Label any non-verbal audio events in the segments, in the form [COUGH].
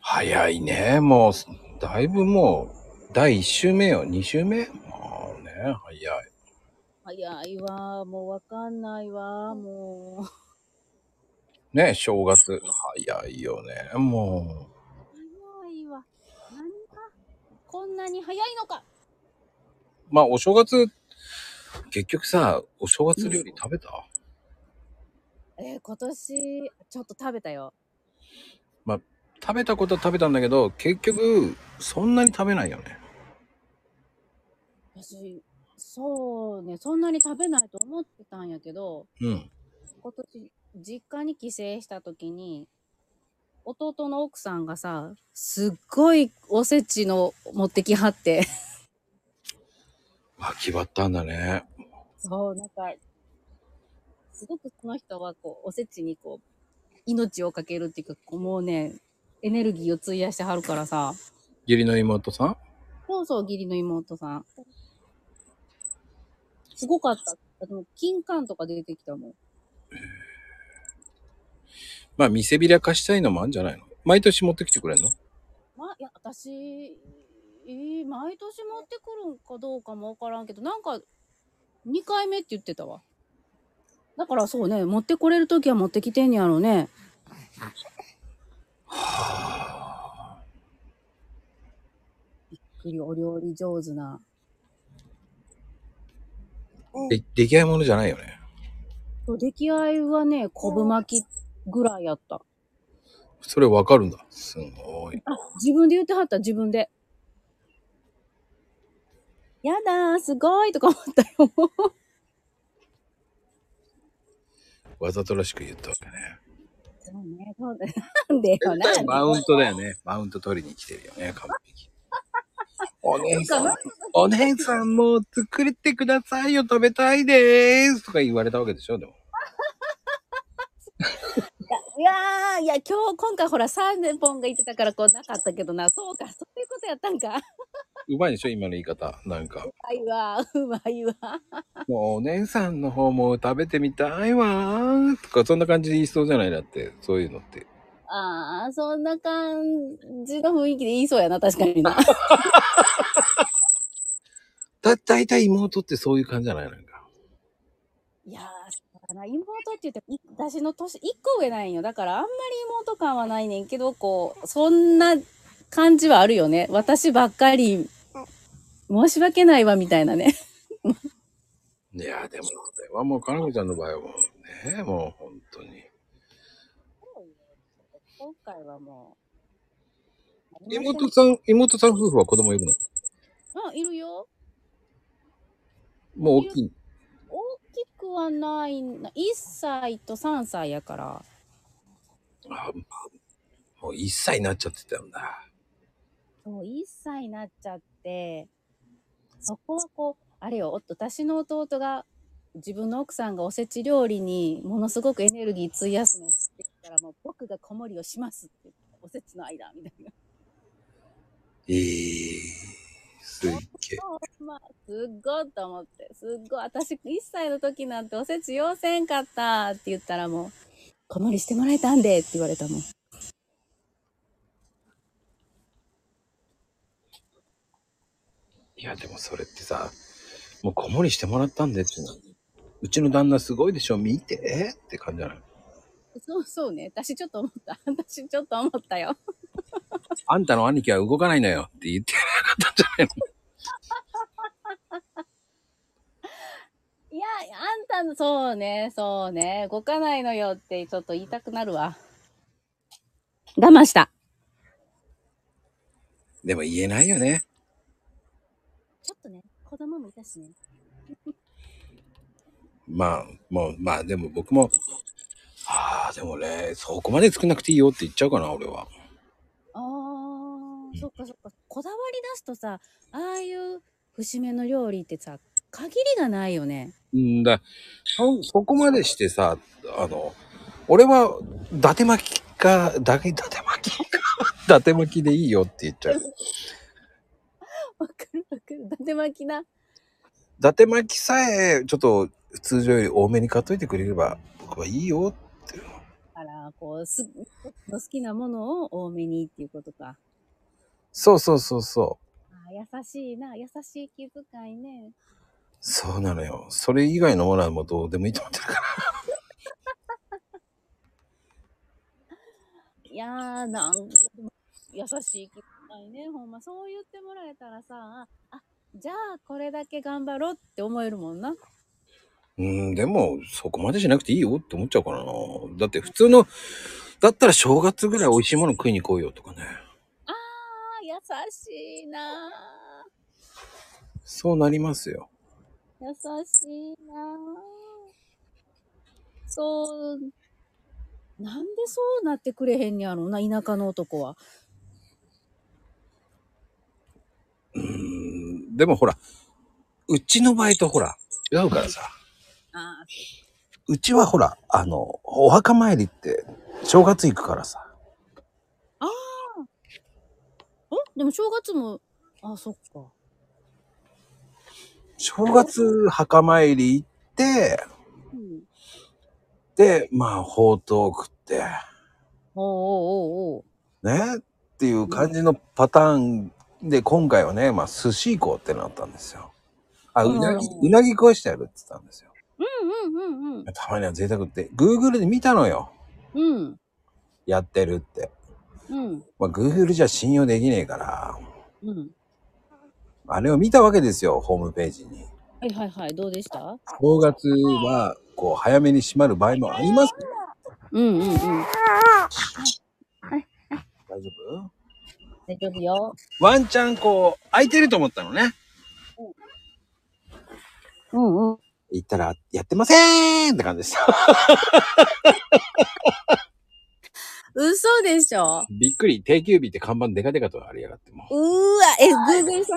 早いね。もう、だいぶもう、第1週目よ。2週目もうね、早い。早いわー。もうわかんないわー。もう。ね、正月。早いよね、も早いわ。何がこんなに早いのかう。まあ、お正月、結局さ、お正月料理食べたえー、今年、ちょっと食べたよ。食べたことは食べたんだけど、結局、そんなに食べないよね。私、そうね、そんなに食べないと思ってたんやけど、うん。今年、実家に帰省した時に、弟の奥さんがさ、すっごいおせちの持ってきはって、まあ、決まったんだね。そう、なんか、すごくその人は、こう、おせちに、こう、命をかけるっていうか、こうもうね、エネルギーを費やしてはるからさ、義理の妹さんそうそう、義理の妹さん。すごかった。あの、金柑とか出てきたもん。まあ、見せびらかしたいのもあるんじゃないの毎年持ってきてくれんのま、いや、私、えー毎年持ってくるんかどうかもわからんけど、なんか、2回目って言ってたわ。だからそうね、持ってこれるときは持ってきてんやろうね。びっくりお料理上手な。で出来合いものじゃないよね。そう出来合いはね、昆布巻きぐらいやった。それわかるんだ。すごい。自分で言ってはった、自分で。やだー、すごいとか思ったよ。わざとらしく言ったわけね。そうね、そうね。なんでよ、なんで。マウントだよね。マウント取りに来てるよね、完璧。お姉さん、お姉さんもう作ってくださいよ、食べたいでーすとか言われたわけでしょ、でも。いやー、いや、今日、今回ほら、サーネポンが言ってたから、こう、なかったけどな。そうか、そういうことやったんか。うまいでしょ、今の言い方。なんか、うまいわ、うまいわ。もうお姉さんの方も食べてみたいわーとか、そんな感じで言いそうじゃないだって、そういうのって。あー、そんな感じの雰囲気で言いそうやな、確かにな。だ、だいたい妹ってそういう感じじゃないなんか。いやー、そうだな。妹って言っても、い私の年、一個上ないんよ。だから、あんまり妹感はないねんけど、こう、そんな感じはあるよね。私ばっかり、申し訳ないわ、みたいなね。いやー、でも、これはもう、かなこちゃんの場合はもうね、もう本当に。今回はもう。妹さん、妹さん夫婦は子供いるのうん、いるよ。もう大きい。大きくはないな。1歳と3歳やから。あもう1歳になっちゃってたんだ。そう、1歳になっちゃって、そこはこう、あれよ、お私の弟が、自分の奥さんがおせち料理にものすごくエネルギー費やすのを知ってきたら、もう僕が子守りをしますって言って、おせちの間、みたいな。えー、すっげえ。そうまあ、すっごいと思って、すっごい、私1歳の時なんておせち要せんかったって言ったらもう、子守りしてもらえたんでって言われたもん。いや、でもそれってさ、もう子守りしてもらったんでっていうの。うちの旦那すごいでしょ見てって感じじゃないそうそうね、私ちょっと思った。私ちょっと思ったよ。あんたの兄貴は動かないのよって言ってなかったんじゃないのいや、あんたの、そうね、そうね、動かないのよってちょっと言いたくなるわ。我慢した。でも言えないよね。ちょっとね、子供もいたしね。まあ、もう、まあでも僕も、ああ、でもね、そこまで作んなくていいよって言っちゃうかな、俺は。あー、そっかそっか。こだわり出すとさ、ああいう節目の料理ってさ、限りがないよね。うんだ、そ、そこまでしてさ、あの、俺は、伊達巻きか、だけ、伊達巻きか、 [LAUGHS] 伊達巻きでいいよって言っちゃう。伊わかるわかる。だて巻きな。達巻きさえ、ちょっと、通常より多めに買っといてくれれば、僕はいいよって。あから、こう、す、好きなものを多めにっていうことか。そうそうそうそう。あー優しいな、優しい気遣いね。そうなのよ。それ以外のものはもうどうでもいいと思ってるから。いやー、なんでも優しい気遣いね。ほんま、そう言ってもらえたらさ、あ、じゃあこれだけ頑張ろうって思えるもんな。うん、でも、そこまでしなくていいよって思っちゃうからな。だって普通の、だったら正月ぐらい美味しいもの食いに来いよとかね。あー、優しいなそうなりますよ。ー。優しいなー。そう、なんでそうなってくれへんねやろな、田舎の男は。うん、でもほら、うちの場合とほら、違うからさ。あうちはほら、あの、お墓参りって正月行くからさ。ー、んでも正月も、あ、そっか。正月墓参り行って、うん。で、まあ、ほうとう食って、おうおうおうおう。ねっていう感じのパターンで今回はね、まあ、寿司行こうってなったんですよ。あ、うなぎ、うんうなぎ食わしてやるって言ったんですよ。うんうんうんうん。たまには贅沢って、Google で見たのよ。うん。やってるって。うん。まあ、Google じゃ信用できねえから、うん。あれを見たわけですよ、ホームページに。はいはいはい。どうでした正月は、こう、早めに閉まる場合もあります。うんうんうん。大丈夫大丈夫よ。ワンチャンこう、空いてると思ったのね。うんうん。行ったら、やってませーんって感じでした。嘘でしょ [LAUGHS] びっくり、定休日って看板デカデカとありやがってもう。うーわ、え、Google さん、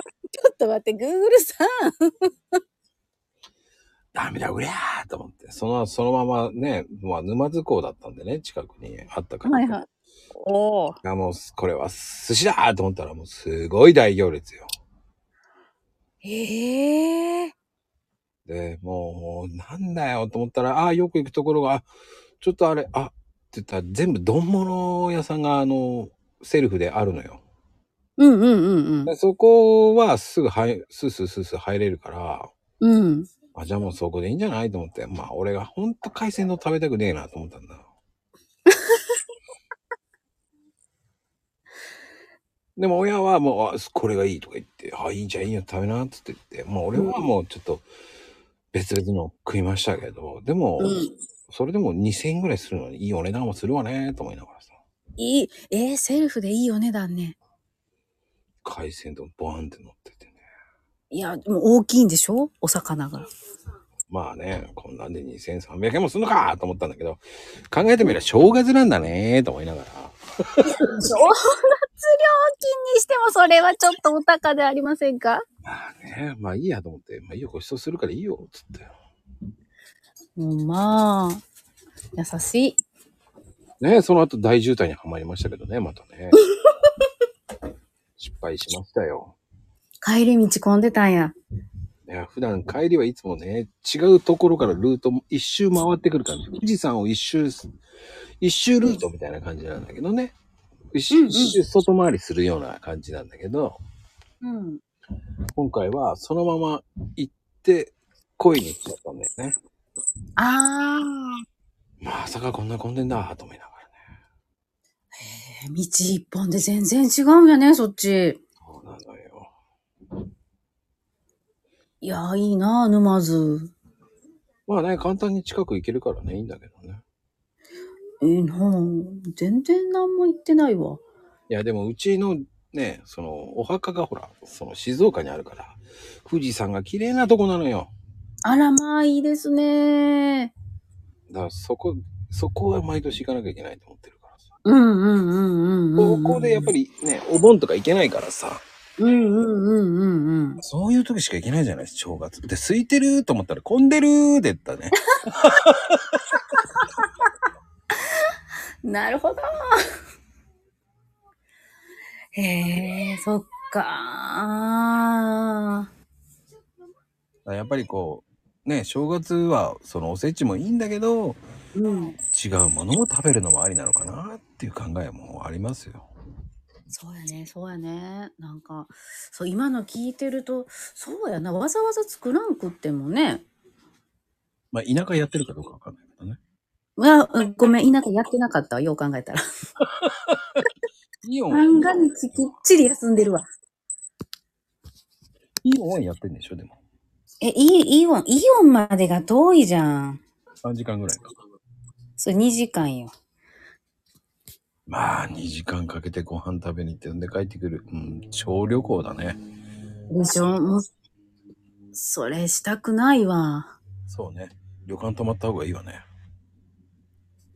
ちょっと待って、Google さん。ダメだ、うりゃーと思って。その、そのままね、まあ、沼津港だったんでね、近くにあったから。い。おお。あもう、これは寿司だーと思ったら、もうすごい大行列よ。へえ。で、もう、なんだよと思ったら、ああー、よく行くところが、あちょっとあれ、あって言ったら、全部丼物屋さんが、あの、セルフであるのよ。うんうんうんでそこはすぐ入、スースースースー入れるから、うん。うん。あ、じゃあもうそこでいいんじゃないと思って、まあ俺がほんと海鮮丼食べたくねえなと思ったん [LAUGHS] だ。でも親はもう、あ、これがいいとか言って、あ、いいじゃんいいよ食べなっつって言って、もう俺はもうちょっと別々の食いましたけど、でも、うん。それでも2000円ぐらいするのにいいお値段もするわね、と思いながらさ、いい。えー、セルフでいいお値段ね。海鮮丼ボーンって乗っててね。いや、でも大きいんでしょお魚が。まあね、こんなんで2300円もすんのかと思ったんだけど、考えてみれば正月なんだねと思いながら。正月料金にしてもそれはちょっとお高でありませんかまあね、まあいいやと思って、まあいいよ、ご馳走するからいいよ、つって。うん、まあ。優しい。ねその後大渋滞にはまりましたけどね、また [LAUGHS] ね。失敗しましたよ。帰り道混んでたんや。ね普段帰りはいつもね、違うところからルート一周回ってくる感じ。富士山を一周す、一周ルートみたいな感じなんだけどね。一周うんうん一周外回りするような感じなんだけど、うん。今回はそのまま行って、恋に行っちゃったんだよね。あまさかこんな混んでんだ、と思いながらね。あ。道一本で全然違うんやね、そっち。そうなのよ。いやー、いいなあ、沼津。まあね、簡単に近く行けるからね、いいんだけどね。えー、なあ全然何も言ってないわ。いや、でもうちのね、その、お墓がほら、その静岡にあるから、富士山が綺麗なとこなのよ。あら、まあいいですね。だからそこ、そこは毎年行かなきゃいけないと思ってるからさ。うんうんうんうんうん、高うん。校でやっぱ。りね、お盆とか行けないからさ、うんうんうんうんうん。そういう時しか行けないじゃないですか、正月。で、空いてると思ったら混んでるーって言ったね。なるほど。へえ、そっかやっぱりこう、ね、正月はそのおせちもいいんだけど、ー。うん。違うものも食べるのもありなのかなっていう考えもありますよ。そうやね、そうやね。なんか、そう、今の聞いてると、そうやな、わざわざ作らんくってもね。まあ、田舎やってるかどうかわかんないけどね。うわ、うんごめん、田舎やってなかったわ、よう考えたら。イオン、漫画にきっちり休んでるわ。イオンはやってんでしょ、でも。え、イイオン、イオンまでが遠いじゃん。 3時間ぐらいか。それ2時間よ。まあ、2時間かけてご飯食べに行って、んで帰ってくる。うん、小旅行だね。でしょもう、それしたくないわ。そうね。旅館泊まった方がいいわね。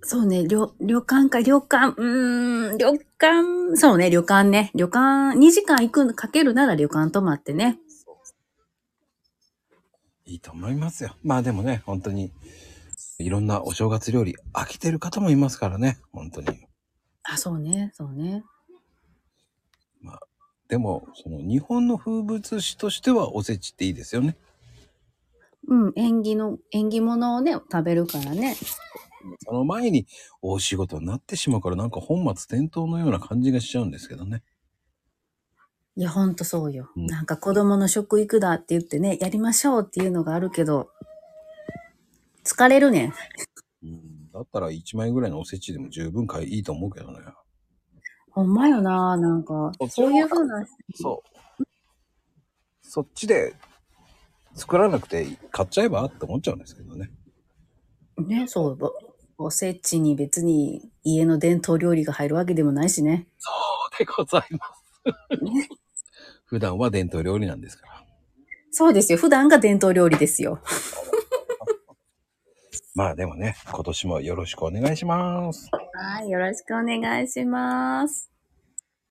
そうね、旅、旅館か、旅館、うーん、旅館、そうね、旅館ね。旅館、2時間行く、かけるなら旅館泊まってね。いいと思いますよ。まあでもね、本当に、いろんなお正月料理飽きてる方もいますからね、本当に。あ、そうね、そうね。でも、その日本の風物詩としてはおせちっていいですよね。うん、縁起の、縁起物をね、食べるからね。その前に大仕事になってしまうからなんか本末転倒のような感じがしちゃうんですけどね。いや、ほんとそうよ。うんなんか子供の食育だって言ってね、やりましょうっていうのがあるけど、疲れるねん。うん、だったら1枚ぐらいのおせちでも十分買いいいと思うけどね。ほんまよな、なんか。そういうふうな、そう。そっちで作らなくて買っちゃえばって思っちゃうんですけどね。ね、そう、おおせちに別に家の伝統料理が入るわけでもないしね。そうでございます。ね [LAUGHS] 普段は伝統料理なんですから。そうですよ。普段が伝統料理ですよ。まあでもね、今年もよろしくお願いします。はい、よろしくお願いします。